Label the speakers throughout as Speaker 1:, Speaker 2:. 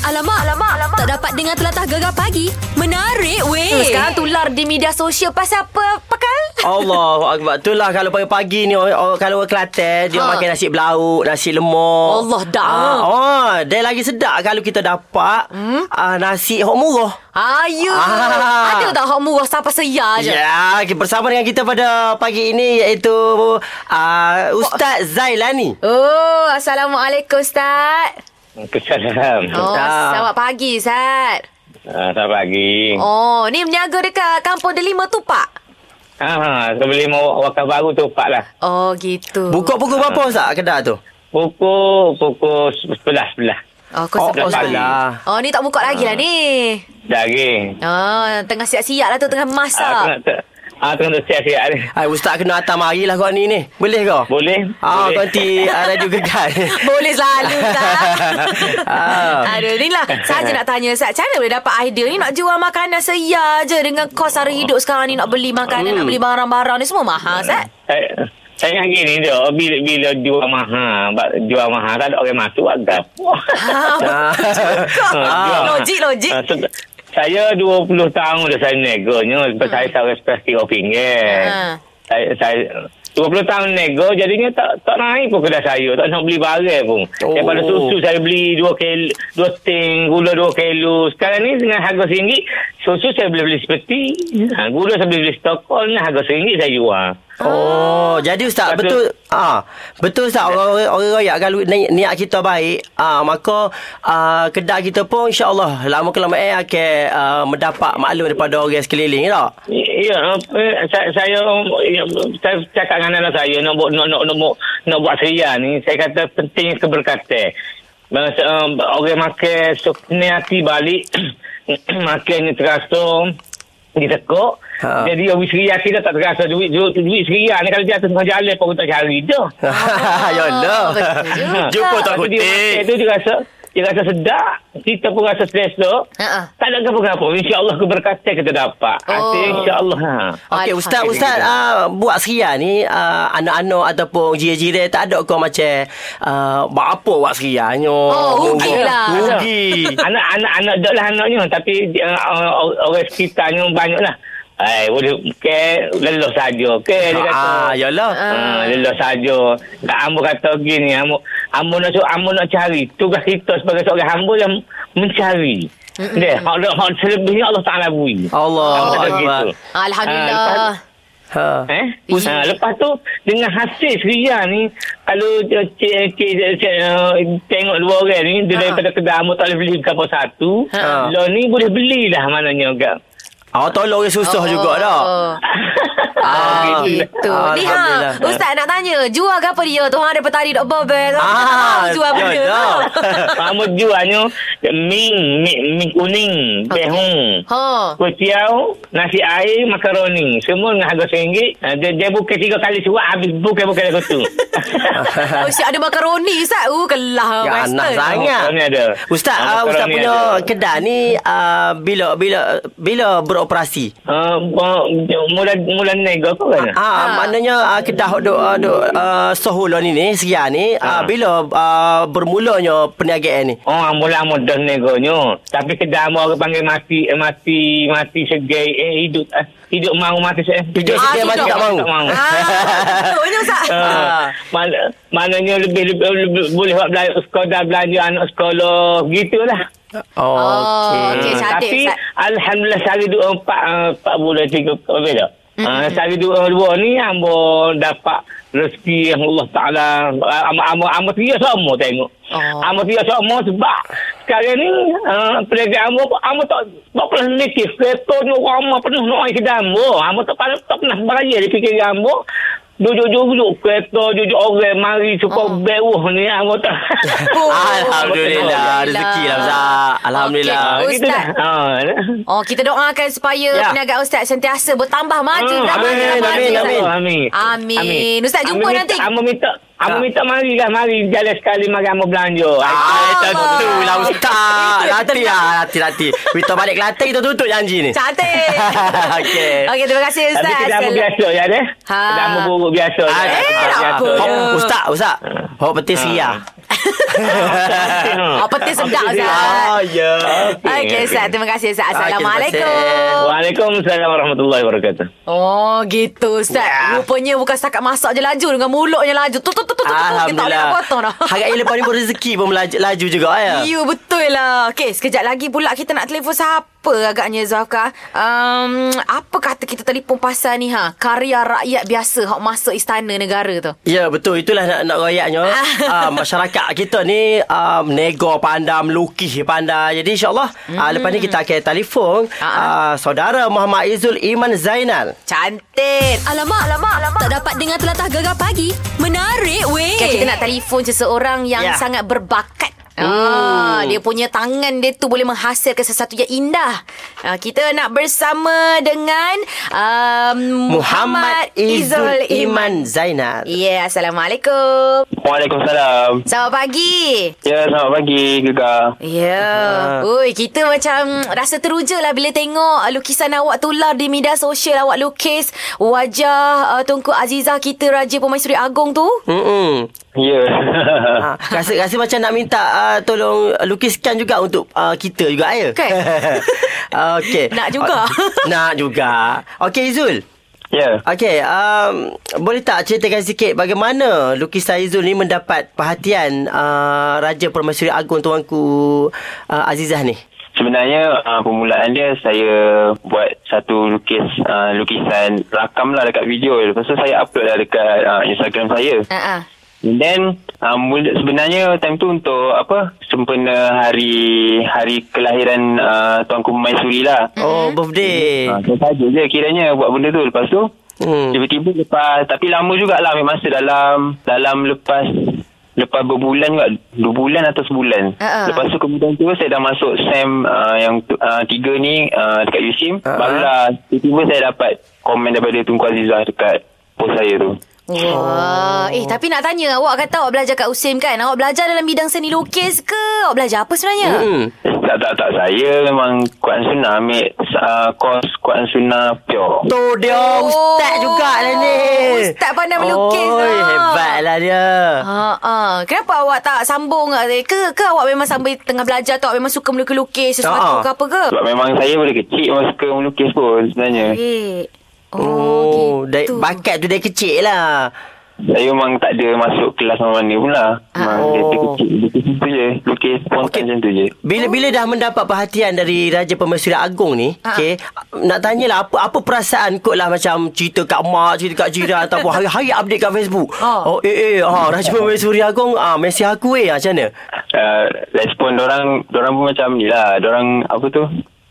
Speaker 1: Alamak, alamak, alamak. Tak dapat dengar telatah gegar pagi. Menarik weh.
Speaker 2: Hmm, sekarang tular di media sosial pasal apa pakal?
Speaker 3: Allah Akbar Itulah kalau pagi-pagi ni orang, orang, Kalau orang Kelantan Dia
Speaker 2: Ha.
Speaker 3: ha. makan nasi belauk Nasi lemak
Speaker 2: Allah, dah.
Speaker 3: Ah, Oh Dia lagi sedap Kalau kita dapat hmm? uh, Nasi hok murah
Speaker 2: Ayu.
Speaker 3: Ah.
Speaker 2: Ada tak hak murah siapa seya je?
Speaker 3: Ya yeah, Bersama dengan kita pada pagi ini Iaitu uh, Ustaz Zailani
Speaker 2: Oh, Assalamualaikum Ustaz.
Speaker 4: Kesalam.
Speaker 2: Oh,
Speaker 3: Ustaz.
Speaker 2: selamat pagi Ustaz.
Speaker 4: Ah, selamat
Speaker 3: Eh.
Speaker 4: pagi.
Speaker 2: Oh,
Speaker 4: Oh.
Speaker 2: ni berniaga dekat Kampung Delima tu Pak?
Speaker 4: Ah, sebelum wakaf baru tu pak lah.
Speaker 2: Oh, gitu.
Speaker 3: Buka pukul berapa Ustaz kedai tu?
Speaker 4: Pukul pukul sebelah sebelah.
Speaker 2: Oh, kau
Speaker 3: Oh,
Speaker 2: sebut
Speaker 4: tak
Speaker 2: Ustaz.
Speaker 3: salah.
Speaker 2: Oh, ni tak buka lagi lah ni.
Speaker 3: Ah.
Speaker 4: Daging.
Speaker 2: Oh, tengah siap-siap lah tu, tengah
Speaker 4: Ah, tengah
Speaker 2: masak.
Speaker 4: te- ah, tengah tu siap siap ni.
Speaker 3: Hai, Ah, Ustaz kena hantar mari lah kau ni ni. Boleh kau?
Speaker 4: Boleh?
Speaker 3: Ah,
Speaker 4: Boleh.
Speaker 3: kau nanti ah, radio gegar.
Speaker 2: Boleh selalu
Speaker 3: Ah.
Speaker 2: tak Aduh ni lah Saja nak tanya Ustaz Cara boleh dapat idea ni Nak jual makanan seya je Dengan kos sara hidup sekarang ni Nak beli makanan
Speaker 3: Hmm.
Speaker 2: Nak beli barang-barang ni Semua mahal Ustaz
Speaker 4: Saya- Saya ingat Eh, gini tu, bila, bila jual mahal, bak- jual mahal, tak ada orang masuk, buat gapo.
Speaker 2: Ah,
Speaker 4: Ah,
Speaker 2: Logik logik
Speaker 4: Ah, se- saya 20 tahun dah saya neganya. Sebab saya saya stres RM3.
Speaker 2: Hmm. Ah.
Speaker 4: Saya, saya 20 tahun nego jadinya tak tak naik pun kedai saya. Tak nak beli barang pun.
Speaker 3: Oh.
Speaker 4: Oh. Daripada susu saya beli 2 kilo, 2 ting, gula 2 kilo. Sekarang ni dengan harga RM1, susu saya boleh beli seperti. Ha, gula saya boleh beli stokol ni harga RM1 saya jual.
Speaker 3: Oh, jadi Ustaz
Speaker 4: Ah. Kata-
Speaker 3: betul ah betul Ustaz orang-orang orang royak kalau ni- niat kita baik, ah maka ah, kedai kita pun insya-Allah lama kelamaan akan ah, mendapat maklum daripada orang sekeliling eh, tak?
Speaker 4: Ya, eh, saya, saya, ya, saya cakap dengan anak saya nak buat nak nak nak buat, nak buat seria ni. Saya kata pentingnya keberkatan. Masa, um, orang makan sukna hati balik makan ni terasa ditekuk.
Speaker 3: Ha.
Speaker 4: Ha. Jadi orang seria kita tak terasa duit duit, duit seria ni kalau dia atas tengah jalan pun tak cari dah.
Speaker 3: ya Allah.
Speaker 2: Ah, betul juga.
Speaker 3: Jumpa tak
Speaker 4: Lepas tu dia makan
Speaker 3: kutip.
Speaker 4: tu dia rasa dia rasa sedap. Kita pun rasa stres tu.
Speaker 2: Ha-ha.
Speaker 4: Tak ada apa-apa. InsyaAllah keberkatan kita dapat.
Speaker 2: Oh.
Speaker 4: Oh. InsyaAllah. Ha.
Speaker 3: Okey ustaz
Speaker 2: Alhamdulillah.
Speaker 3: ustaz uh, buat seria ni uh, anak-anak ataupun jiran-jiran eh, tak ada kau macam uh, buat apa buat seria nyo.
Speaker 2: Oh, rugi lah.
Speaker 3: Rugi.
Speaker 4: Anak-anak anak dah lah anaknya tapi uh, orang- orang sekitarnya banyaklah. Hai, boleh ke lelah saja. Ke dia kata.
Speaker 3: Ah, yalah.
Speaker 4: Ah, lelah saja. Tak ambo kata gini, ambo ambo nak su- ambo nak cari. Tugas kita sebagai seorang hamba yang mencari. Dia, hak dah- hak selebihnya Allah Taala beri.
Speaker 3: Allah
Speaker 4: Ambo kata
Speaker 3: Akbar.
Speaker 4: gitu. Ah,
Speaker 2: Alhamdulillah
Speaker 4: lepas-
Speaker 3: Ha.
Speaker 4: Eh?
Speaker 2: Ih.
Speaker 4: Ha, lepas tu dengan hasil seria ni kalau dia- cik, eh, cik, cik, uh, tengok dua orang ni dia
Speaker 2: Ha.
Speaker 4: daripada kedai amu tak boleh beli kapal satu
Speaker 3: Ha.
Speaker 4: lo ni boleh belilah mananya kak
Speaker 3: Awak Ah, tolong orang susah juga dah.
Speaker 2: Oh. Ah, gitu.
Speaker 3: Ah,
Speaker 2: Ni ha,
Speaker 3: Alhamdulillah.
Speaker 2: Ustaz nak tanya, jual ke apa dia? Tuhan ada petari dok bobek.
Speaker 3: Ah,
Speaker 2: jual benda.
Speaker 3: ya, dah.
Speaker 4: Amu jualnya ming, ming, ming kuning,
Speaker 2: Okey.
Speaker 4: behung,
Speaker 2: Ha.
Speaker 4: kuih tiaw, nasi air, makaroni. Semua dengan harga RM1. Ha, Dia, dia buka tiga kali surat, habis buka-buka lagu tu.
Speaker 2: Oh, siap ada makaroni Ustaz. Uh, kelah
Speaker 3: Ya,
Speaker 2: Western.
Speaker 3: anak sangat.
Speaker 4: Makaroni ada.
Speaker 3: Ustaz,
Speaker 4: Ah,
Speaker 3: ah, Ustaz
Speaker 4: makaroni
Speaker 3: punya
Speaker 4: ada.
Speaker 3: kedai ni ah, bila bila bila beroperasi?
Speaker 4: Uh, mula, mula nego kau kan?
Speaker 3: Ah,
Speaker 2: Ha.
Speaker 3: maknanya ah, kedai hok dok ah, dok ah, Sohulo ni ni sekian ni ah,
Speaker 4: Ah.
Speaker 3: bila ah, bermulanya perniagaan ni?
Speaker 4: Oh, mula-mula dah negonya. Tapi kedai mu orang panggil mati, eh, mati, mati segai, eh, hidup, eh, hidup mau mati segai.
Speaker 3: Hidup segai, mati tak mau.
Speaker 2: Ah, betulnya Ustaz.
Speaker 4: Ah, mana, mananya lebih, lebih, lebih boleh buat belanja, sekolah belanja anak sekolah, gitulah.
Speaker 3: Oh, okey.
Speaker 2: Okey, cantik,
Speaker 4: Ah, Tapi,
Speaker 2: Ustaz.
Speaker 4: Alhamdulillah, sehari dua, empat, ah, empat bulan, tiga, apa beda? Ah, sehari dua, dua ni, ambo dapat rezeki yang Allah Ta'ala, ah, ambo, ambo, ambo tiga semua tengok.
Speaker 2: Oh.
Speaker 4: Ambo tiga semua sebab sekarang ni, ah, perniagaan ambo, ambo tak, tak pernah sedikit. Kereta ni orang ambo penuh nak air kedai ambo. Ambo tak, pernah- tak pernah beraya di fikiran ambo. Duduk-duduk kereta, duduk orang mari, suka
Speaker 2: Oh.
Speaker 4: beruh ni, ambo tak. Ah,
Speaker 2: Oh.
Speaker 3: Alhamdulillah rezeki lah Ustaz. Alhamdulillah.
Speaker 2: Okey.
Speaker 4: Gitu dah. Ah.
Speaker 2: Oh, kita doakan supaya
Speaker 3: Ya. Hmm,
Speaker 2: perniagaan Ustaz sentiasa bertambah maju.
Speaker 4: Ah,
Speaker 2: bertambah
Speaker 3: amin,
Speaker 2: maju,
Speaker 3: amin,
Speaker 2: Ustaz.
Speaker 3: amin.
Speaker 4: Amin.
Speaker 2: Amin. Ustaz, jumpa
Speaker 4: Amin
Speaker 2: nanti.
Speaker 4: minta- Amin minta. Amin
Speaker 2: Ah,
Speaker 3: Tak.
Speaker 4: minta mari lah. Mari jalan sekali mari amin belanja.
Speaker 3: Ah, tentulah Ustaz.
Speaker 2: Itu
Speaker 3: Kelati Ah. lah Kelati Kelati Kita balik Kelati Kita tutup janji ni
Speaker 2: Cantik.
Speaker 3: Okey.
Speaker 2: Okey, terima kasih Ustaz.
Speaker 4: Tapi kedama biasa ya deh.
Speaker 2: Ha.
Speaker 4: Kedama buruk biasa.
Speaker 3: Ah,
Speaker 4: je.
Speaker 2: Eh, tak
Speaker 4: Tempat biasa
Speaker 2: apa.
Speaker 4: je.
Speaker 3: Hok, Ustaz Ustaz Hok lah. petis ria
Speaker 4: ha.
Speaker 2: Oh, petis sedap Ustaz.
Speaker 3: Ah ya
Speaker 2: Okey, Ustaz. Terima kasih Ustaz.
Speaker 3: Okey, Ah, terima
Speaker 2: Assalamualaikum.
Speaker 3: kasih.
Speaker 4: Waalaikumsalam warahmatullahi wabarakatuh.
Speaker 2: Oh gitu Ustaz yeah. Rupanya bukan setakat masak je laju Dengan mulutnya laju Tu tu tu tu tu, tu Kita tak boleh nak
Speaker 3: Alhamdulillah
Speaker 2: potong dah
Speaker 3: Harap lepas ni pun rezeki pun melaju, laju juga ya
Speaker 2: You betul lah Okay sekejap lagi pula Kita nak telefon siapa agaknya Zafka um, Apa kata kita telefon pasal ni ha Karya rakyat biasa Hak masuk istana negara tu
Speaker 3: Ya betul itulah nak nak royaknya
Speaker 2: Ah.
Speaker 3: uh, masyarakat kita ni um, nego pandai melukis pandai jadi insyaallah mm. uh, lepas ni kita akan telefon
Speaker 2: Hmm. Ah, ah.
Speaker 3: uh, saudara Muhammad Izul Iman Zainal
Speaker 2: Cantik
Speaker 1: Alamak, alamak, alamak. Tak dapat dengar telatah gegar pagi. Menarik, weh.
Speaker 2: Okay, kita nak telefon seseorang yang yeah.
Speaker 3: Ya. Oh.
Speaker 2: sangat berbakat. Ah, dia punya tangan dia tu boleh menghasilkan sesuatu yang indah. Ah, kita nak bersama dengan um,
Speaker 3: Muhammad Izul Iman
Speaker 2: Ya,
Speaker 3: Zainal
Speaker 2: yeah, Assalamualaikum.
Speaker 4: Waalaikumsalam.
Speaker 2: Selamat pagi.
Speaker 4: Ya, selamat pagi Gegar.
Speaker 2: Ya. Yeah. Oi, kita macam rasa teruja lah bila tengok uh, lukisan awak tular di media sosial awak lukis wajah uh, Tunku Azizah kita Raja Pemaisuri Agong tu.
Speaker 3: Hmm.
Speaker 4: Ya.
Speaker 3: Ha, rasa rasa macam nak minta uh, tolong lukiskan juga untuk uh, kita juga ya.
Speaker 2: Kan?
Speaker 3: uh, Okey.
Speaker 2: Nak juga.
Speaker 3: nak juga. Okey Izul.
Speaker 4: Ya.
Speaker 3: Okey, um, boleh tak ceritakan sikit bagaimana lukisan Izul ni mendapat perhatian uh, Raja Permaisuri Agong Tuanku uh, Azizah ni?
Speaker 5: Sebenarnya uh, permulaan dia saya buat satu lukis uh, lukisan rakam lah dekat video. Lepas tu saya upload lah dekat uh, Instagram saya.
Speaker 2: Ha ah.
Speaker 5: And then uh, mula, sebenarnya time tu untuk apa sempena hari hari kelahiran uh, Tuanku Maisuri lah.
Speaker 2: Mm-hmm.
Speaker 3: Oh, birthday.
Speaker 5: Ha, saya
Speaker 4: Mm-hmm.
Speaker 5: saja je kiranya buat benda tu lepas tu
Speaker 3: Hmm.
Speaker 5: hmm. tiba-tiba lepas tapi lama jugalah memang masa dalam dalam lepas lepas berbulan juga dua bulan atau sebulan
Speaker 2: Ah, ah.
Speaker 5: lepas tu kemudian tu saya dah masuk SEM uh, yang tu- uh, tiga ni uh, dekat USIM
Speaker 3: Ah, ah.
Speaker 5: barulah tiba-tiba saya dapat komen daripada Tunku Azizah dekat post saya tu
Speaker 2: Wah, eh tapi nak tanya awak kata awak belajar kat USIM kan? Awak belajar dalam bidang seni lukis ke? Awak belajar apa sebenarnya?
Speaker 3: Hmm.
Speaker 5: tak tak tak saya memang Kuan Sunnah ambil uh, kos Kuan Sunnah pure
Speaker 3: Tu dia ustaz juga lah ni.
Speaker 2: Oh. ustaz pandai melukis
Speaker 3: Oi,
Speaker 2: lah.
Speaker 3: hebatlah dia.
Speaker 2: Ha ah, kenapa awak tak sambung eh? ke ke awak memang sambil tengah belajar tu awak memang suka melukis-lukis sesuatu
Speaker 3: Ah.
Speaker 2: ke apa ke?
Speaker 5: sebab memang saya dari kecil memang suka melukis pun sebenarnya
Speaker 2: Eh. Oh,
Speaker 3: Oh, dari,
Speaker 2: gitu.
Speaker 3: bakat tu dari kecil lah.
Speaker 5: Saya memang tak ada masuk kelas mana-mana pula. Memang
Speaker 3: Oh.
Speaker 5: dia kecil, lukis tu je. Lukis spontan
Speaker 3: Okey.
Speaker 5: okay. macam tu je.
Speaker 3: Bila-bila dah mendapat perhatian dari Raja Pemaisuri Agong ni,
Speaker 2: Ha.
Speaker 3: okey, nak tanyalah apa apa perasaan kot lah macam cerita kat mak, cerita kat jiran ataupun hari-hari update kat Facebook.
Speaker 2: Ha.
Speaker 3: Oh, eh eh, ha, Raja Pemaisuri Agong ah mesej aku eh macam mana?
Speaker 5: Uh, respon dorang, dorang pun macam ni lah. Dorang apa tu?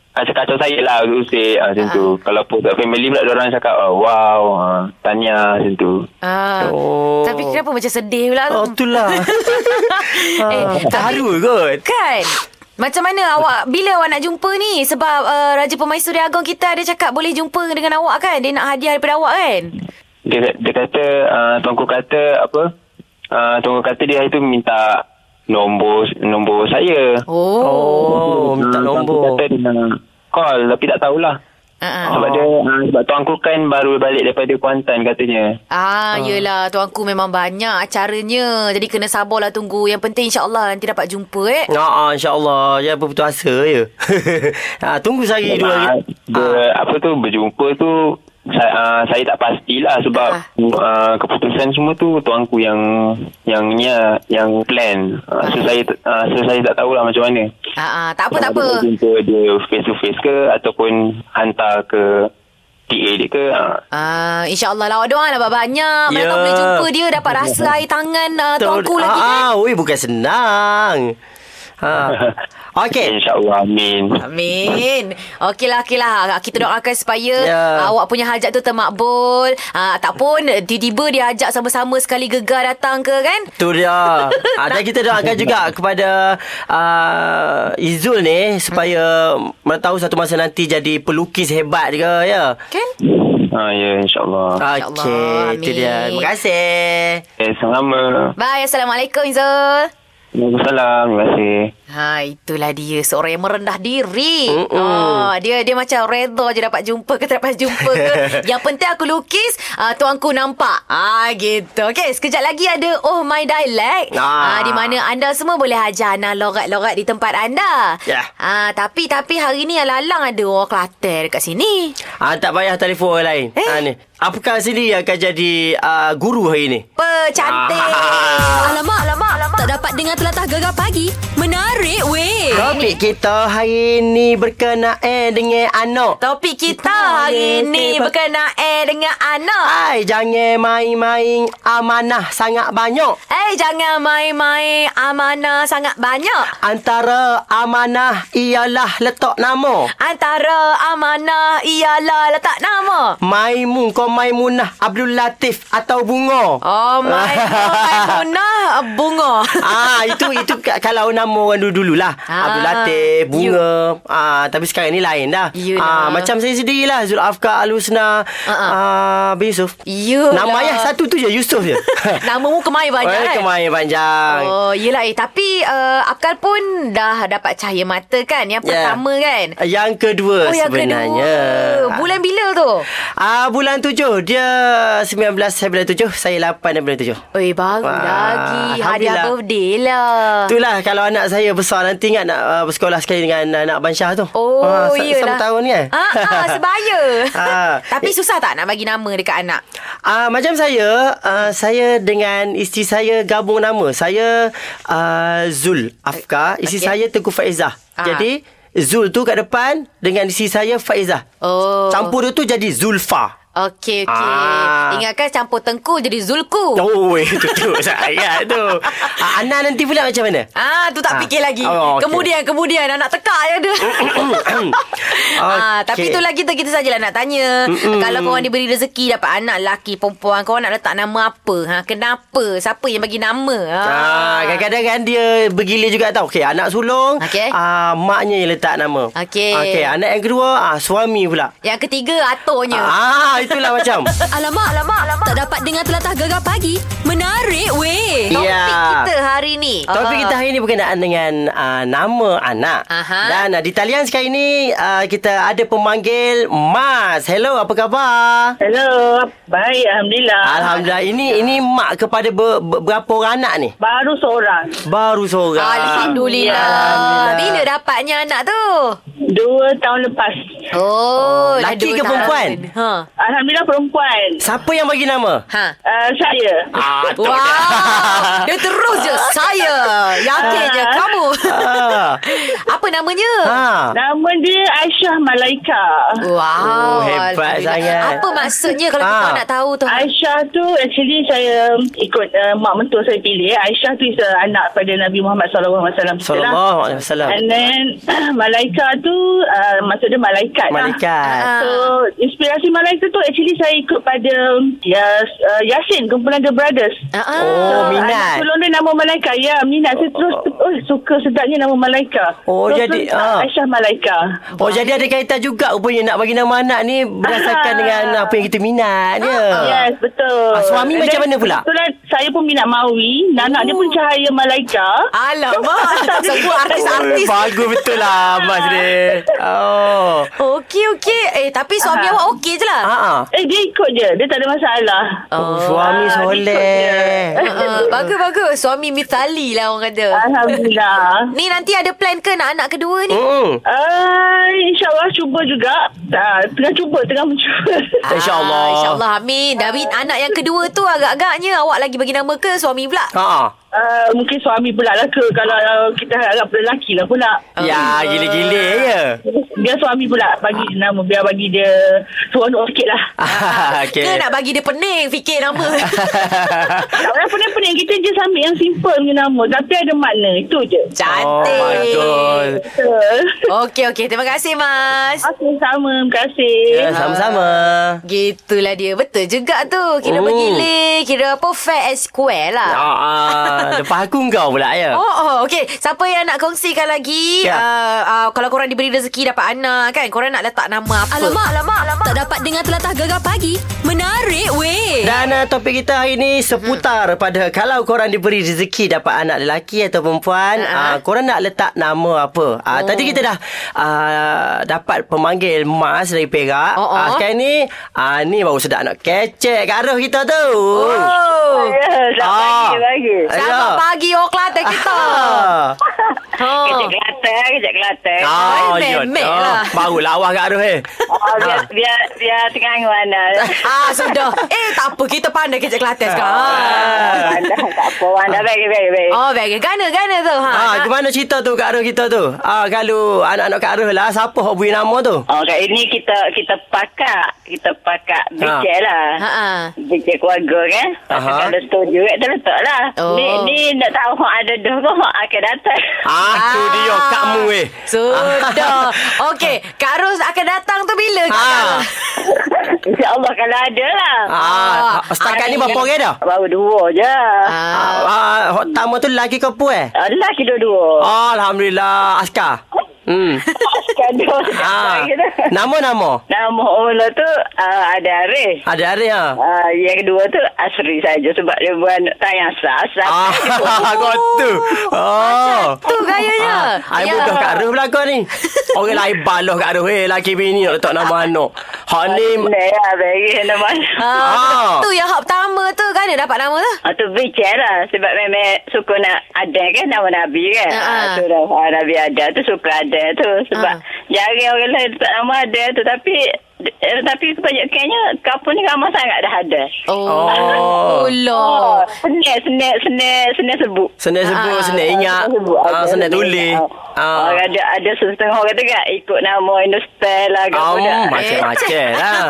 Speaker 5: Kacau-kacau saya lah untuk usik ah, macam tu. Kalau post kat family pula dorang cakap oh, wow, ah, tanya macam tu.
Speaker 2: Ah.
Speaker 3: Oh.
Speaker 2: Tapi kenapa macam sedih pula
Speaker 3: Oh,
Speaker 2: tu?
Speaker 3: itulah.
Speaker 2: Eh,
Speaker 3: eh,
Speaker 2: tapi-
Speaker 3: Haru kot.
Speaker 2: Kan? Macam mana awak bila awak nak jumpa ni sebab uh, Raja Pemaisuri Agong kita ada cakap boleh jumpa dengan awak kan? Dia nak hadiah daripada awak kan?
Speaker 5: Dia, dia kata, uh, tuanku kata apa? Uh, tuanku kata dia hari tu minta nombor nombor saya.
Speaker 2: Oh.
Speaker 3: Oh, minta
Speaker 5: Ah,
Speaker 3: nombor. Ah.
Speaker 5: Tuanku kata dia nak call tapi tak tahulah.
Speaker 2: Uh-uh.
Speaker 5: Sebab dia uh, sebab tuanku kan baru balik daripada Kuantan katanya.
Speaker 2: Ah, yelah tuanku memang banyak acaranya. Jadi kena sabarlah tunggu. Yang penting insya-Allah nanti dapat jumpa eh.
Speaker 3: Ya, insyaAllah. Ya, berputus asa je. ha, tunggu sehari dua
Speaker 5: Memang
Speaker 3: hari. Ah.
Speaker 5: dia, Ah, apa tu berjumpa tu saya, uh, saya tak pastilah sebab
Speaker 2: Ah.
Speaker 5: uh, keputusan semua tu tuanku yang yang ni lah, yang plan. Uh,
Speaker 3: Ah.
Speaker 5: so saya uh, so saya tak tahulah macam mana.
Speaker 2: Ah, ah, tak apa tak apa.
Speaker 5: Sama ada Jumpa dia face to face ke ataupun hantar ke TA dia ke. Uh,
Speaker 2: Ah, InsyaAllah lah Awak doa lah banyak Mana
Speaker 3: Ya.
Speaker 2: tahu boleh jumpa dia Dapat rasa air tangan uh, Tuanku lagi kan
Speaker 3: Ah, oi, bukan senang. Ha. Okey.
Speaker 2: Eh.
Speaker 5: InsyaAllah amin.
Speaker 2: Amin lah, Okeylah okeylah Ah, Kita doakan supaya
Speaker 3: Ya.
Speaker 2: yeah. Awak punya hajat tu termakbul uh, Tak pun Tiba-tiba dia ajak sama-sama Sekali gegar datang ke kan
Speaker 3: Tu dia. ha, dan kita doakan juga kepada uh, Izul ni supaya mana tahu satu masa nanti jadi pelukis hebat juga ya.
Speaker 2: Kan
Speaker 5: Ah, ya insyaAllah.
Speaker 2: InsyaAllah.
Speaker 3: Okey, itu dia.
Speaker 2: Amin.
Speaker 3: Terima kasih.
Speaker 5: Eh, sama.
Speaker 2: Bye Assalamualaikum Izul
Speaker 5: Waalaikumsalam. Terima kasih.
Speaker 2: Ha itulah dia seorang yang merendah diri. Ha dia dia macam redha je dapat jumpa ke tak dapat jumpa ke. yang penting aku lukis, uh, tuanku nampak. Ah ha, gitu. Okey, sekejap lagi ada Oh My Dialect. Ah.
Speaker 3: Ah.
Speaker 2: di mana anda semua boleh ajar anak lorat-lorat di tempat anda.
Speaker 3: Ya.
Speaker 2: Ah tapi tapi hari ni alang-alang ada orang Kelantan dekat sini.
Speaker 3: Ah, tak payah telefon orang lain.
Speaker 2: Eh?
Speaker 3: Eh? Ah, ni. Apakah sendiri yang akan jadi ah, guru hari ni?
Speaker 2: Apa cantik.
Speaker 3: Ah.
Speaker 1: Alamak, alamak, alamak. Tak dapat dengar telatah gegar pagi. Menarik
Speaker 2: Eh.
Speaker 1: weh.
Speaker 3: Topik kita hari ini berkenaan dengan anak.
Speaker 2: Topik kita hari ni berkenaan dengan anak.
Speaker 3: Ai, jangan main-main amanah sangat banyak.
Speaker 2: Eh, jangan main-main amanah sangat banyak.
Speaker 3: Antara amanah ialah letak nama.
Speaker 2: Antara amanah ialah letak nama.
Speaker 3: Maimun kau Maimunah Abdul Latif atau Bunga.
Speaker 2: Oh, Maimunah, Maimunah bunga.
Speaker 3: ah itu itu ka- kalau nama orang dulu dululah.
Speaker 2: Ah,
Speaker 3: Ah, Abdul Latif, Bunga. Ah tapi sekarang ni lain dah.
Speaker 2: Yelah.
Speaker 3: Ah macam saya sendirilah Zul Afka Al Husna.
Speaker 2: ah.
Speaker 3: Ah bin Yusuf.
Speaker 2: Yelah.
Speaker 3: Nama ayah satu tu je Yusuf je.
Speaker 2: Nama mu kemain banyak
Speaker 3: Orang
Speaker 2: kan?
Speaker 3: kemain panjang.
Speaker 2: Oh, yelah eh. Tapi uh, Akal pun dah dapat cahaya mata kan? Yang
Speaker 3: Ya.
Speaker 2: pertama kan?
Speaker 3: Yang kedua
Speaker 2: Oh, yang
Speaker 3: sebenarnya.
Speaker 2: kedua. Bulan bila tu?
Speaker 3: Ah bulan tujuh dia 19 saya bulan tujuh saya 8 dan bulan tujuh.
Speaker 2: Eh, baru
Speaker 3: Wah,
Speaker 2: lagi. Hadiah
Speaker 3: Alhamdulillah.
Speaker 2: birthday lah.
Speaker 3: Itulah kalau anak saya besar nanti ingat nak uh, bersekolah sekali dengan uh, anak Bansyah tu.
Speaker 2: Oh,
Speaker 3: Ah, sa-
Speaker 2: yelah.
Speaker 3: Sama tahun kan?
Speaker 2: Ah, ah sebaya.
Speaker 3: Ah.
Speaker 2: Tapi susah tak nak bagi nama dekat anak?
Speaker 3: Ah, macam saya, uh, saya dengan isteri saya gabung nama. Saya uh, Zul Afka, isteri
Speaker 2: Okey.
Speaker 3: saya Tengku Faizah.
Speaker 2: Ah.
Speaker 3: Jadi Zul tu kat depan dengan isteri saya Faizah.
Speaker 2: Oh.
Speaker 3: Campur dia tu jadi Zulfa.
Speaker 2: Okey, okey.
Speaker 3: Ah.
Speaker 2: Ingatkan campur tengku jadi zulku.
Speaker 3: Oh, itu tu saya tu. Ah, Ana nanti pula macam mana?
Speaker 2: Ah, tu tak
Speaker 3: Ah.
Speaker 2: fikir lagi.
Speaker 3: Oh, okey.
Speaker 2: Kemudian, kemudian anak tekak je dia. ah, tapi
Speaker 3: Okey.
Speaker 2: itulah kita kita sajalah nak tanya. Mm-mm. Kalau korang diberi rezeki dapat anak lelaki perempuan, korang nak letak nama apa? Ha, kenapa? Siapa yang bagi nama? Ha.
Speaker 3: Ah, kadang-kadang kan dia bergila juga tau. Okey, anak sulung,
Speaker 2: Okey.
Speaker 3: ah, maknya yang letak nama.
Speaker 2: Okey.
Speaker 3: Okey, anak yang kedua, ah, suami pula.
Speaker 2: Yang ketiga atuknya.
Speaker 3: Ah, itulah macam.
Speaker 1: Alamak, alamak, alamak. Tak dapat dengar telatah gegar pagi. Menarik weh.
Speaker 2: Topik
Speaker 3: Ya.
Speaker 2: kita hari ni.
Speaker 3: Topik
Speaker 2: Ah.
Speaker 3: kita hari ini berkenaan dengan uh, nama anak.
Speaker 2: Aha.
Speaker 3: Dan uh, di talian sekarang ini uh, kita ada pemanggil Mas. Hello, apa khabar?
Speaker 6: Hello, baik
Speaker 2: Ah.
Speaker 6: Alhamdulillah.
Speaker 3: Alhamdulillah. Ini ini mak kepada ber, ber, berapa orang anak ni?
Speaker 6: Baru seorang.
Speaker 3: Baru seorang.
Speaker 2: Ah. Alhamdulillah.
Speaker 3: Alhamdulillah.
Speaker 2: Bila dapatnya anak tu?
Speaker 6: Dua tahun lepas.
Speaker 2: Oh, dah
Speaker 3: laki
Speaker 2: dua
Speaker 3: ke
Speaker 2: tahun.
Speaker 3: perempuan?
Speaker 2: Ha.
Speaker 6: Alhamdulillah perempuan.
Speaker 3: Siapa yang bagi nama?
Speaker 2: Ha.
Speaker 6: Uh, saya.
Speaker 3: Ah, tu
Speaker 2: Wow.
Speaker 3: dah.
Speaker 2: Dia terus je saya. Yakin je kamu.
Speaker 3: Ah.
Speaker 2: Apa namanya?
Speaker 3: Ha.
Speaker 6: Nama dia Aisyah Malaika.
Speaker 2: Wow.
Speaker 3: Oh, hebat
Speaker 2: Alhamdulillah.
Speaker 3: sangat.
Speaker 2: Apa maksudnya kalau
Speaker 3: Ah.
Speaker 2: kita nak tahu tu?
Speaker 6: Aisyah tu actually saya ikut uh, mak mentua saya pilih. Aisyah tu is a anak pada Nabi Muhammad sallallahu alaihi wasallam. kita lah.
Speaker 3: Sallallahu alaihi wasallam.
Speaker 6: And then Malaika tu uh, maksud dia malaikat,
Speaker 3: Malaikat.
Speaker 7: Ah,
Speaker 6: lah. So inspirasi Malaika tu actually saya ikut pada Yas, uh, Yasin kumpulan The Brothers.
Speaker 2: Ah, ah.
Speaker 3: Oh,
Speaker 6: Ah,
Speaker 3: minat.
Speaker 6: Anak sulung dia nama Malaika. Ya, minat. Saya terus oh, suka sedapnya nama Malaika.
Speaker 3: Oh,
Speaker 6: terus
Speaker 3: jadi,
Speaker 6: terus,
Speaker 3: ah.
Speaker 6: Aisyah Malaika.
Speaker 7: ah.
Speaker 3: Oh, jadi ada kaitan juga rupanya nak bagi nama anak ni berdasarkan
Speaker 6: Ah.
Speaker 3: dengan apa yang kita minat dia.
Speaker 7: Ah,
Speaker 6: Yes, betul.
Speaker 3: Ah, suami
Speaker 6: And
Speaker 3: macam
Speaker 6: then,
Speaker 3: mana pula? Oh.
Speaker 6: Kebetulan saya pun minat Mawi. Anak dia pun Cahaya Malaika.
Speaker 3: Ah.
Speaker 2: Alamak.
Speaker 6: Tak ada-
Speaker 2: Semua artis-artis.
Speaker 3: Bagus betul lah Mas dia. Oh.
Speaker 2: Okey, okey. Eh, tapi suami
Speaker 6: Ah.
Speaker 2: awak okey je lah.
Speaker 3: Ha ah.
Speaker 6: Eh, dia ikut je. Dia tak ada masalah.
Speaker 3: Oh, suami
Speaker 6: Ah,
Speaker 3: soleh.
Speaker 6: ikut
Speaker 2: Ah, ah. bagus, bagus. Suami mithali lah orang kata.
Speaker 6: Alhamdulillah.
Speaker 2: Ni nanti ada plan ke nak anak kedua ni?
Speaker 3: Hmm.
Speaker 6: Uh, InsyaAllah cuba juga Ah, Tengah cuba Tengah mencuba
Speaker 3: Oh, InsyaAllah.
Speaker 2: Ah, InsyaAllah amin. Dari anak yang kedua tu agak-agaknya awak lagi bagi nama ke suami pula?
Speaker 3: Ha ah.
Speaker 6: uh, Mungkin suami pula lah ke Kalau uh, kita harap lelaki lah pula
Speaker 3: Ya, gila-gila ya.
Speaker 6: Biar suami pula bagi dia nama Biar bagi dia seronok sikit lah
Speaker 3: Ah, Okey.
Speaker 2: Ah.
Speaker 3: Oh,
Speaker 2: Ke nak bagi dia pening fikir nama.
Speaker 6: Tak payah pening-pening Kita je ambil yang simple punya nama Tapi ada makna Itu je
Speaker 2: Cantik.
Speaker 3: Oh, betul.
Speaker 7: Betul.
Speaker 2: Okey, okey. Terima kasih, Mas.
Speaker 7: Okey, sama. Terima kasih.
Speaker 3: Ya, sama-sama.
Speaker 2: Gitulah dia. Betul juga tu. Kira
Speaker 3: Hmm.
Speaker 2: bergilir. Kira apa? Fair and square lah.
Speaker 3: Ah, ah, lepas aku kau pula ya.
Speaker 2: Oh, oh okey. Siapa yang nak kongsikan lagi
Speaker 3: Ya.
Speaker 2: yeah. uh, uh, kalau korang diberi rezeki dapat anak kan, korang nak letak nama apa?
Speaker 1: Alamak, alamak, alamak. Tak dapat dengar telatah gegar pagi. Menarik weh.
Speaker 3: Dan uh, topik kita hari ni seputar hmm. pada kalau korang diberi rezeki dapat anak lelaki atau perempuan,
Speaker 2: Ha-ha.
Speaker 3: uh-huh. uh, korang nak letak nama apa? Uh, oh. Tadi kita dah uh, dapat pemanggil Mas dari Perak.
Speaker 2: Oh, oh.
Speaker 3: Uh, sekarang ni, uh, ni baru sedap nak kecek kat arah kita tu.
Speaker 2: Oh.
Speaker 7: Ya, selamat
Speaker 3: Ah.
Speaker 7: pagi lagi.
Speaker 3: Ya.
Speaker 2: Selamat pagi orang Kelantan kita.
Speaker 7: Kejap
Speaker 2: Ha.
Speaker 7: Kelantan, kejap Kelantan.
Speaker 3: Ah,
Speaker 2: Baik,
Speaker 3: ya.
Speaker 2: memek
Speaker 3: Ah,
Speaker 2: lah.
Speaker 3: Baru lawa kat arah eh.
Speaker 7: Oh, biar, biar, biar tengah angin panas.
Speaker 2: Ah, sudah. Eh, tak apa. Kita pandai kerja Kelantan
Speaker 7: Ah,
Speaker 2: sekarang.
Speaker 7: panas, tak apa. Panas, baik, baik, baik.
Speaker 2: Oh, baik. Gana-gana tu. Ha.
Speaker 3: Ah,
Speaker 2: Nak-
Speaker 3: gimana cerita tu kat arah kita tu? Ah, kalau anak-anak kat arah lah, siapa hok beri nama tu?
Speaker 7: Oh, kat ini kita kita pakak, kita pakak
Speaker 3: Ah.
Speaker 7: becek lah.
Speaker 2: Ha, ha.
Speaker 7: Becek keluarga kan.
Speaker 3: Aha.
Speaker 7: Kalau setuju kan, tak letak lah.
Speaker 2: Oh.
Speaker 7: Ni, ni nak tahu hak ada dah ke hak akan datang.
Speaker 3: Ah, tu dia kamu eh.
Speaker 2: Sudah. Okey, Kak Ros akan datang tu bila Kak?
Speaker 3: Ah.
Speaker 7: InsyaAllah kalau ada lah.
Speaker 3: Ah,
Speaker 2: Ah,
Speaker 3: setakat ni
Speaker 2: hari
Speaker 3: berapa
Speaker 2: ni.
Speaker 3: orang dah?
Speaker 7: Baru dua je.
Speaker 2: Ah.
Speaker 3: Ah, ah, hok tamu tu lelaki ke puan?
Speaker 7: Ah, Lelaki
Speaker 3: Oh.
Speaker 7: dua-dua.
Speaker 3: Alhamdulillah, askar. Hmm.
Speaker 7: Kan dua.
Speaker 3: Ah. Nama-nama.
Speaker 7: Nama mula tu uh, ada Arif.
Speaker 3: Ada hari ha.
Speaker 7: Uh, yang kedua tu Asri saja sebab dia bukan tayang sah. sah.
Speaker 3: Ah, kau tu. Oh.
Speaker 2: Tu gayanya.
Speaker 3: Ai mudah kat Arif belakang ni. Orang lain balah kat Arif. Eh, lelaki bini nak letak nama anak. Hak ni
Speaker 7: Ni lah bagi nama.
Speaker 2: Ah,
Speaker 3: Ah.
Speaker 2: Tu yang hak pertama tu kan dia dapat nama tu.
Speaker 7: Ah, tu bicara lah sebab memang suka nak ada kan nama Nabi kan.
Speaker 2: Ah,
Speaker 7: Ah,
Speaker 2: ah.
Speaker 7: tu dah ah, Nabi ada tu suka ada tu sebab
Speaker 2: Ah.
Speaker 7: jarang orang lain tak nama ada tu tapi eh, tapi kebanyakannya kapun ni ramai sangat dah ada.
Speaker 2: Oh.
Speaker 3: Oh.
Speaker 2: Ulo.
Speaker 7: senek senek senek senek sebut.
Speaker 3: Senang sebut,
Speaker 2: Ah,
Speaker 3: senang ingat.
Speaker 7: Senang sebut.
Speaker 3: Ah,
Speaker 7: Ada,
Speaker 3: senang
Speaker 7: senang
Speaker 3: tulis.
Speaker 7: ingat.
Speaker 3: Ah.
Speaker 7: Orang ada ada setengah orang kata kan ikut nama Hindustan lah kat
Speaker 3: Oh,
Speaker 7: budak.
Speaker 3: macam-macam lah.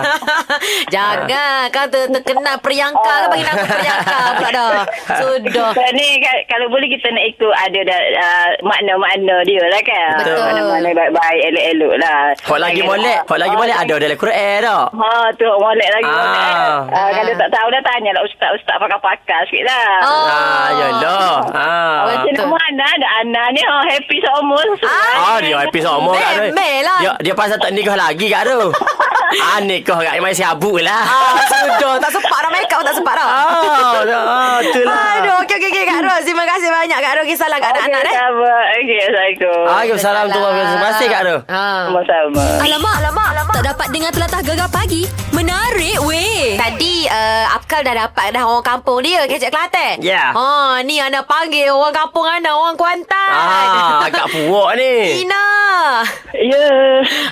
Speaker 2: Jangan kau ter- terkenal Priyanka ke bagi nama Priyanka pula dah. Sudah.
Speaker 7: Kita ni ka- kalau boleh kita nak ikut ada dah, uh, makna-makna dia lah kan.
Speaker 2: Betul.
Speaker 7: Makna-makna baik-baik, elok-elok lah.
Speaker 3: Hok lagi molek, hok
Speaker 7: Ah,
Speaker 3: lagi molek ada dalam Quran dah.
Speaker 7: Ha tu molek lagi
Speaker 3: Ah.
Speaker 7: molek.
Speaker 2: Ah.
Speaker 7: Ah. Kalau tak tahu dah tanya lah ustaz-ustaz pakar-pakar sikit lah.
Speaker 2: Oh.
Speaker 3: Ah, yalah. Ah.
Speaker 7: Macam
Speaker 2: betul.
Speaker 7: mana ada anak ni oh, happy seumur.
Speaker 2: Ah.
Speaker 3: Ah, dia happy sama kat tu.
Speaker 2: Memel lah.
Speaker 3: Dia, dia pasal tak nikah lagi kat tu. ah, nikah kat main sabuk lah. Ah,
Speaker 2: Sudah. Tak sepak dah make up tak sepak dah.
Speaker 3: ah, ah, tu lah.
Speaker 2: Aduh, okey okey okey Kak Ros. Terima kasih banyak Kak Ros kisah lah kat anak-anak eh.
Speaker 7: Okey, Assalamualaikum.
Speaker 3: Ah, Waalaikumsalam tu. Terima kasih kat tu.
Speaker 2: Ha.
Speaker 7: Sama-sama.
Speaker 1: Alamak, alamak, alamak. Tak dapat dengar telatah gegar pagi. Menarik weh.
Speaker 2: Tadi uh, Apkal dah dapat dah orang kampung dia Kecik Kelantan
Speaker 3: Ya.
Speaker 2: Ha ni anda panggil orang kampung anda orang Kuantan
Speaker 3: Ah, kat puak ni.
Speaker 2: Ina
Speaker 7: Ya.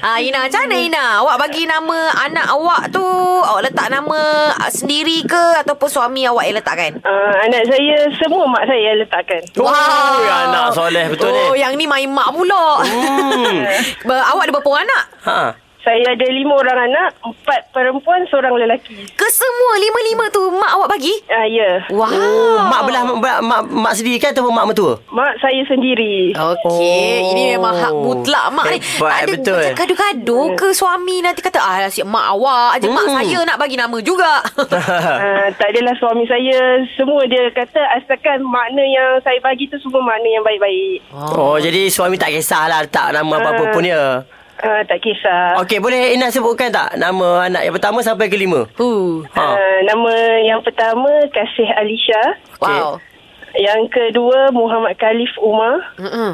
Speaker 2: Ah Ina macam mana Ina Awak bagi nama anak awak tu Awak letak nama ah, sendiri ke Ataupun suami awak yang letakkan
Speaker 7: Uh, anak saya semua mak saya letakkan.
Speaker 3: Wow. ya. Oh, ya, anak soleh betul
Speaker 2: oh,
Speaker 3: ni.
Speaker 2: yang ni main mak pula
Speaker 3: Hmm.
Speaker 2: Ber- Awak ada berapa orang anak?
Speaker 3: Ha.
Speaker 7: Saya ada lima orang anak, empat perempuan, seorang lelaki.
Speaker 2: Kesemua lima-lima tu mak awak bagi?
Speaker 7: Ah ya.
Speaker 2: Wow
Speaker 3: Oh, mak belah mak, mak, mak sendiri kan ataupun mak mertua?
Speaker 7: Mak saya sendiri.
Speaker 2: Okey,
Speaker 3: Oh.
Speaker 2: ini memang hak mutlak mak ni.
Speaker 3: Hebat,
Speaker 2: tak ada
Speaker 3: betul.
Speaker 2: macam gaduh-gaduh ke suami nanti kata, ah asyik mak awak aje, mak
Speaker 3: Hmm.
Speaker 2: saya nak bagi nama juga.
Speaker 7: Uh, tak adalah suami saya Semua dia kata Asalkan makna yang saya bagi tu Semua makna yang baik-baik
Speaker 3: oh, jadi suami tak kisahlah letak nama apa-apa pun dia.
Speaker 7: uh, Tak kisah
Speaker 3: Okey, boleh Ina sebutkan tak nama anak yang pertama sampai kelima?
Speaker 2: Huh.
Speaker 3: Ha.
Speaker 7: uh, Nama yang pertama Kasih Alisha
Speaker 2: Wow.
Speaker 7: Yang kedua Muhammad Khalif Umar
Speaker 2: Mm-mm.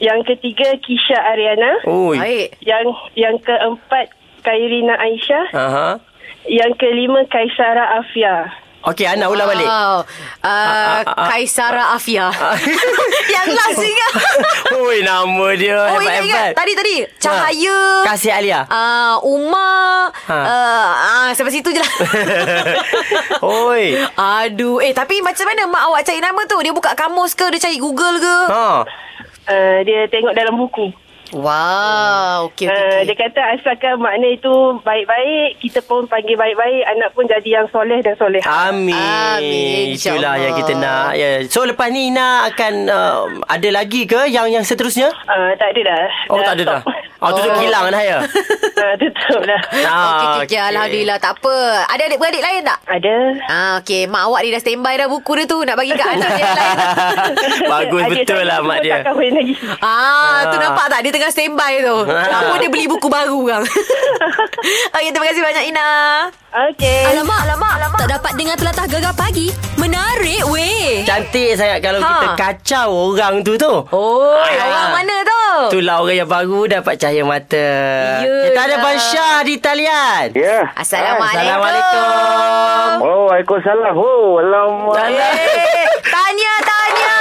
Speaker 7: Yang ketiga Kisha Ariana
Speaker 3: Ui.
Speaker 2: Baik.
Speaker 7: Yang yang keempat Kairina Aisyah
Speaker 3: Aha.
Speaker 7: Yang kelima Kaisara Afia
Speaker 3: Okey, anak ulang balik.
Speaker 2: Wow. Uh,
Speaker 3: ah, ah.
Speaker 2: Kaisara Afia. Yang last ingat.
Speaker 3: Ui, nama dia
Speaker 2: Oh ingat ingat
Speaker 3: hebat-hebat.
Speaker 2: Tadi tadi Cahaya
Speaker 3: Ha. Kasih Alia.
Speaker 2: Ah, Umar ha.
Speaker 3: Ha.
Speaker 2: uh, ah, Sampai situ je lah
Speaker 3: Oi.
Speaker 2: Aduh Eh tapi macam mana Mak awak cari nama tu Dia buka kamus ke Dia cari Google ke
Speaker 3: Ha.
Speaker 7: uh, Dia Ah, tengok dalam buku
Speaker 2: Wow, okey okey.
Speaker 7: Eh,
Speaker 6: Uh,
Speaker 2: Okay.
Speaker 6: dia kata asalkan makna itu baik-baik, kita pun panggil baik-baik, anak pun jadi yang soleh dan soleh.
Speaker 3: Amin.
Speaker 2: Amin,
Speaker 3: Itulah
Speaker 2: insyaAllah.
Speaker 3: yang kita nak. Ya. So lepas ni Ina akan uh, ada lagi ke yang yang seterusnya?
Speaker 6: Uh, tak ada dah.
Speaker 3: Oh tak ada dah.
Speaker 6: stop.
Speaker 3: Oh
Speaker 2: Oh.
Speaker 3: tutup kilang dah ya.
Speaker 6: uh, tutup dah.
Speaker 2: Okey
Speaker 3: Ah,
Speaker 2: okey okey. Alhamdulillah tak apa. Ada adik-beradik lain tak?
Speaker 6: Ada.
Speaker 2: Ah okey, mak awak ni dah standby dah buku dia tu nak bagi kat anak dia yang lain.
Speaker 3: lah. Bagus
Speaker 6: Adik
Speaker 3: betul
Speaker 6: saya
Speaker 3: lah
Speaker 6: pun
Speaker 3: mak
Speaker 6: tak
Speaker 3: dia.
Speaker 6: kahwin lagi.
Speaker 2: Ah, tu
Speaker 3: Ah.
Speaker 2: nampak tak? Dia tengah standby tu.
Speaker 3: Ah.
Speaker 2: Apa dia beli buku baru kan? Okey, terima kasih banyak Ina. Eh,
Speaker 6: Okay.
Speaker 1: Alamak, alamak, alamak. Tak dapat dengar telatah gegar pagi. Menarik weh.
Speaker 3: Cantik sangat kalau
Speaker 2: Ha.
Speaker 3: ha. kita kacau orang tu tu.
Speaker 2: Oh,
Speaker 3: Ah.
Speaker 2: orang mana tu?
Speaker 3: Itulah orang yang baru dapat cahaya mata.
Speaker 2: Yelah.
Speaker 3: Kita ada Abang Syah di talian.
Speaker 8: Ya.
Speaker 2: Assalamualaikum.
Speaker 3: Assalamualaikum.
Speaker 8: Oh, Waalaikumsalam. Oh, alamak.
Speaker 2: Eh, tanya, tanya.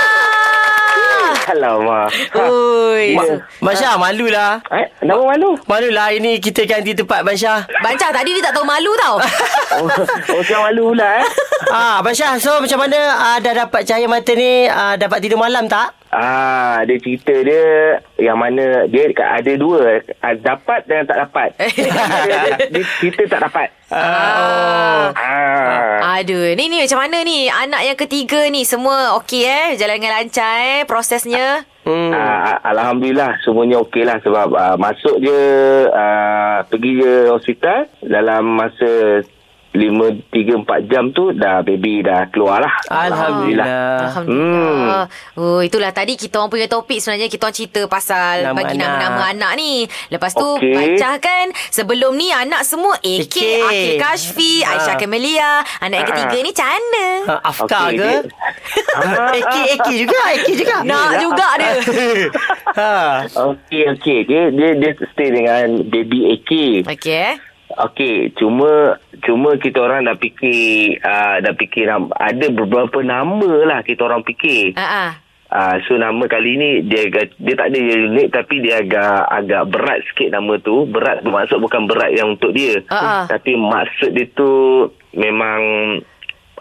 Speaker 8: Alamak.
Speaker 2: Ui.
Speaker 3: Ma- Abang Syah, malulah.
Speaker 8: Eh, nama malu?
Speaker 3: Malulah ini kita ganti tempat Abang Syah.
Speaker 2: Bancah tadi dia tak tahu malu tau.
Speaker 8: Oh, oh sekarang malu pula eh.
Speaker 3: Ah, Abang Syah, so macam mana ah, dah dapat cahaya mata ni? Ah, dapat tidur malam tak?
Speaker 8: Ah, dia cerita dia yang mana dia dekat- ada dua, Ah, dapat dan tak dapat. dia, dia, dia cerita tak dapat.
Speaker 2: Ah.
Speaker 8: Ah.
Speaker 2: Aduh, ni ni macam mana ni? Anak yang ketiga ni semua okey eh? Jalan dengan lancar eh prosesnya?
Speaker 8: Hmm. Uh, Alhamdulillah semuanya okey lah sebab uh, masuk je uh, pergi je hospital dalam masa 5 3 4 jam tu dah baby dah keluar lah.
Speaker 3: Alhamdulillah.
Speaker 2: Alhamdulillah. Hmm. Oh, itulah tadi kita orang punya topik sebenarnya kita orang cerita pasal
Speaker 3: Nama
Speaker 2: nama bagi
Speaker 3: anak.
Speaker 2: nama-nama anak ni. Lepas tu okay.
Speaker 8: Okey.
Speaker 2: Bancah kan sebelum ni anak semua AK,
Speaker 3: AK.
Speaker 2: AK. Akil Kashfi,
Speaker 3: Ha.
Speaker 2: Aisyah Kamelia. Anak yang ketiga ni macam mana?
Speaker 3: Ah, Afka
Speaker 8: Okey,
Speaker 3: ke?
Speaker 8: dia-
Speaker 3: Eki, Eki juga, Eki juga.
Speaker 2: Nak juga dia.
Speaker 3: ha.
Speaker 8: Okey okey dia dia dia stay dengan baby AK.
Speaker 2: Okey eh.
Speaker 8: Okey cuma cuma kita orang dah fikir uh, dah fikir nam- ada beberapa nama lah kita orang fikir.
Speaker 2: Ha ah.
Speaker 8: Ah so nama kali ni dia agak- dia tak ada yang unik tapi dia agak agak berat sikit nama tu. Berat bermaksud bukan berat yang untuk dia.
Speaker 2: Ah, ah.
Speaker 8: Tapi maksud dia tu memang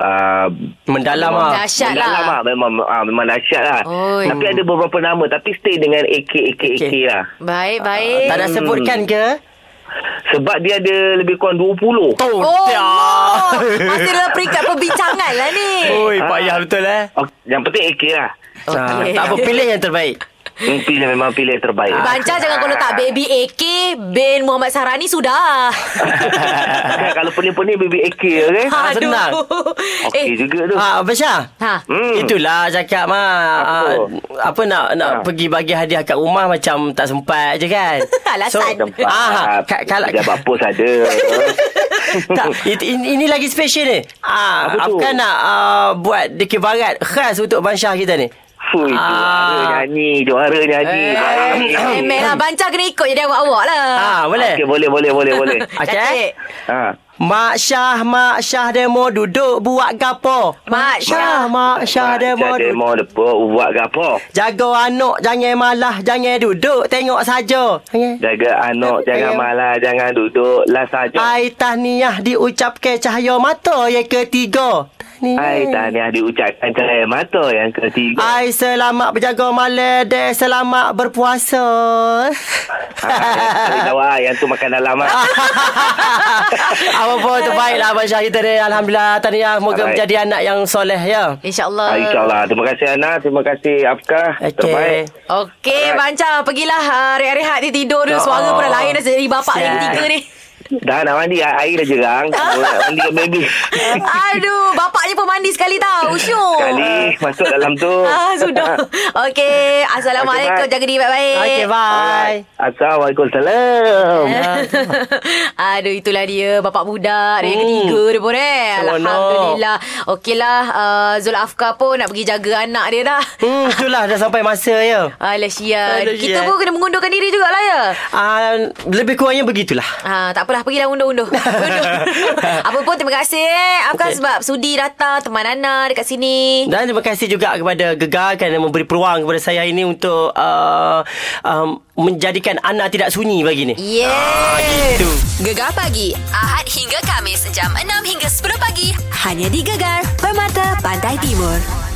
Speaker 8: uh,
Speaker 3: Mendalam
Speaker 8: memang-
Speaker 3: ah.
Speaker 2: Dahsyat lah.
Speaker 8: mendalam Memang ah, memang dahsyat lah.
Speaker 2: Oi.
Speaker 8: Tapi ada beberapa nama tapi stay dengan AK AK AK,
Speaker 3: Okey.
Speaker 8: lah.
Speaker 2: Baik, baik.
Speaker 3: Ah, Tak nak sebutkan ke?
Speaker 8: Sebab dia ada lebih kurang 20.
Speaker 3: Tuh.
Speaker 2: Oh, Allah. Masih dalam peringkat perbincangan lah ni.
Speaker 3: Oi, payah betul eh.
Speaker 8: Oh, yang penting AK lah.
Speaker 2: Oh.
Speaker 3: Ah, tak apa, pilih yang terbaik.
Speaker 8: Hmm, Pilih memang pilih yang terbaik.
Speaker 2: Bancah Eh, jangan kalau tak baby AK bin Muhammad Sarani sudah.
Speaker 8: Kan, kalau pening-pening baby AK okay?
Speaker 3: Ha. Ah, senang.
Speaker 8: Okey
Speaker 2: Eh,
Speaker 8: juga tu.
Speaker 3: Ha, Abang Syah.
Speaker 2: ha.
Speaker 8: Hmm.
Speaker 3: Itulah cakap mah apa,
Speaker 8: Apa?
Speaker 3: apa nak nak
Speaker 8: Ha.
Speaker 3: pergi bagi hadiah kat rumah macam tak sempat je kan.
Speaker 2: Alasan.
Speaker 8: Tempat.
Speaker 3: ah ka- kalau
Speaker 8: Pejabat pos ada.
Speaker 3: tak it- ini, ini lagi special ni. Ah
Speaker 8: Apa tu?
Speaker 3: apa nak ah, buat dikir barat khas untuk Bang Syah kita ni.
Speaker 8: Fui, juara
Speaker 3: Ah.
Speaker 8: nyanyi, juara nyanyi.
Speaker 2: Eh, Mel lah. Bancah kena ikut jadi awak-awak lah.
Speaker 3: Ah boleh.
Speaker 8: Okey, boleh, boleh, boleh, boleh.
Speaker 2: Cantik.
Speaker 3: Okey.
Speaker 8: ha.
Speaker 3: Mak Syah, Mak Syah demo duduk buat gapo.
Speaker 2: Mak Syah.
Speaker 3: Mak Syah demo
Speaker 8: Ada
Speaker 3: duduk.
Speaker 8: mau lepas buat ke apa?
Speaker 3: Jaga anak jangan malah jangan duduk tengok saja. Okey.
Speaker 8: Jaga anak, jangan
Speaker 3: Ayam.
Speaker 8: malah, jangan duduk. Lah saja.
Speaker 3: Ai tahniah diucapkan cahaya mata yang ketiga.
Speaker 8: Hai, tahniah diucapkan cahaya mata yang ketiga.
Speaker 3: Ai selamat berjaga malam dan selamat berpuasa.
Speaker 8: Ha, Tawa yang tu makan dalam ah.
Speaker 3: Apa pun terbaiklah Abang Syah kita ni. Alhamdulillah. Tahniah. Semoga
Speaker 8: Alright.
Speaker 3: menjadi anak yang soleh ya.
Speaker 2: InsyaAllah.
Speaker 8: Ah, InsyaAllah. Terima kasih Ana. Terima kasih Afkah.
Speaker 3: Okey.
Speaker 2: Okey, Bancah. Pergilah uh, rehat-rehat dia tidur dulu. Suara
Speaker 3: Oh.
Speaker 2: pun dah lain dah jadi bapak yang
Speaker 3: Sial.
Speaker 2: ketiga ni.
Speaker 8: Dah nak mandi. a- Air dah jerang. mandi kat baby.
Speaker 2: Aduh, bapaknya pun mandi sekali tau. Usyuk.
Speaker 8: Sekali masuk dalam tu.
Speaker 2: Ah, sudah. Okey. Assalamualaikum.
Speaker 8: Okey, bye.
Speaker 2: Jaga diri baik-baik.
Speaker 3: Okey, bye.
Speaker 8: Assalamualaikum. Salam.
Speaker 2: Aduh itulah dia Bapak budak Dia yang
Speaker 3: Hmm.
Speaker 2: ketiga dia pun eh
Speaker 3: Seronok.
Speaker 2: Alhamdulillah Okeylah uh, Zul Afka pun Nak pergi jaga anak dia dah
Speaker 3: Hmm, itulah dah sampai masa ya.
Speaker 2: Alah Syian
Speaker 3: Alah,
Speaker 2: Kita
Speaker 3: Syian.
Speaker 2: pun kena mengundurkan diri jugalah ya
Speaker 3: Uh, lebih kurangnya begitulah.
Speaker 2: Ha, tak apalah pergilah undur-undur. undur. Apa pun terima kasih eh. Afkan
Speaker 3: Okey.
Speaker 2: sebab sudi datang teman Ana dekat sini.
Speaker 3: Dan terima kasih juga kepada Gegar kerana memberi peluang kepada saya ini untuk uh, um, menjadikan anak tidak sunyi bagi ni. Ah,
Speaker 2: Yeah.
Speaker 3: Itu.
Speaker 1: Gegar pagi Ahad hingga Kamis jam 6 hingga 10 pagi hanya di Gegar Permata Pantai Timur.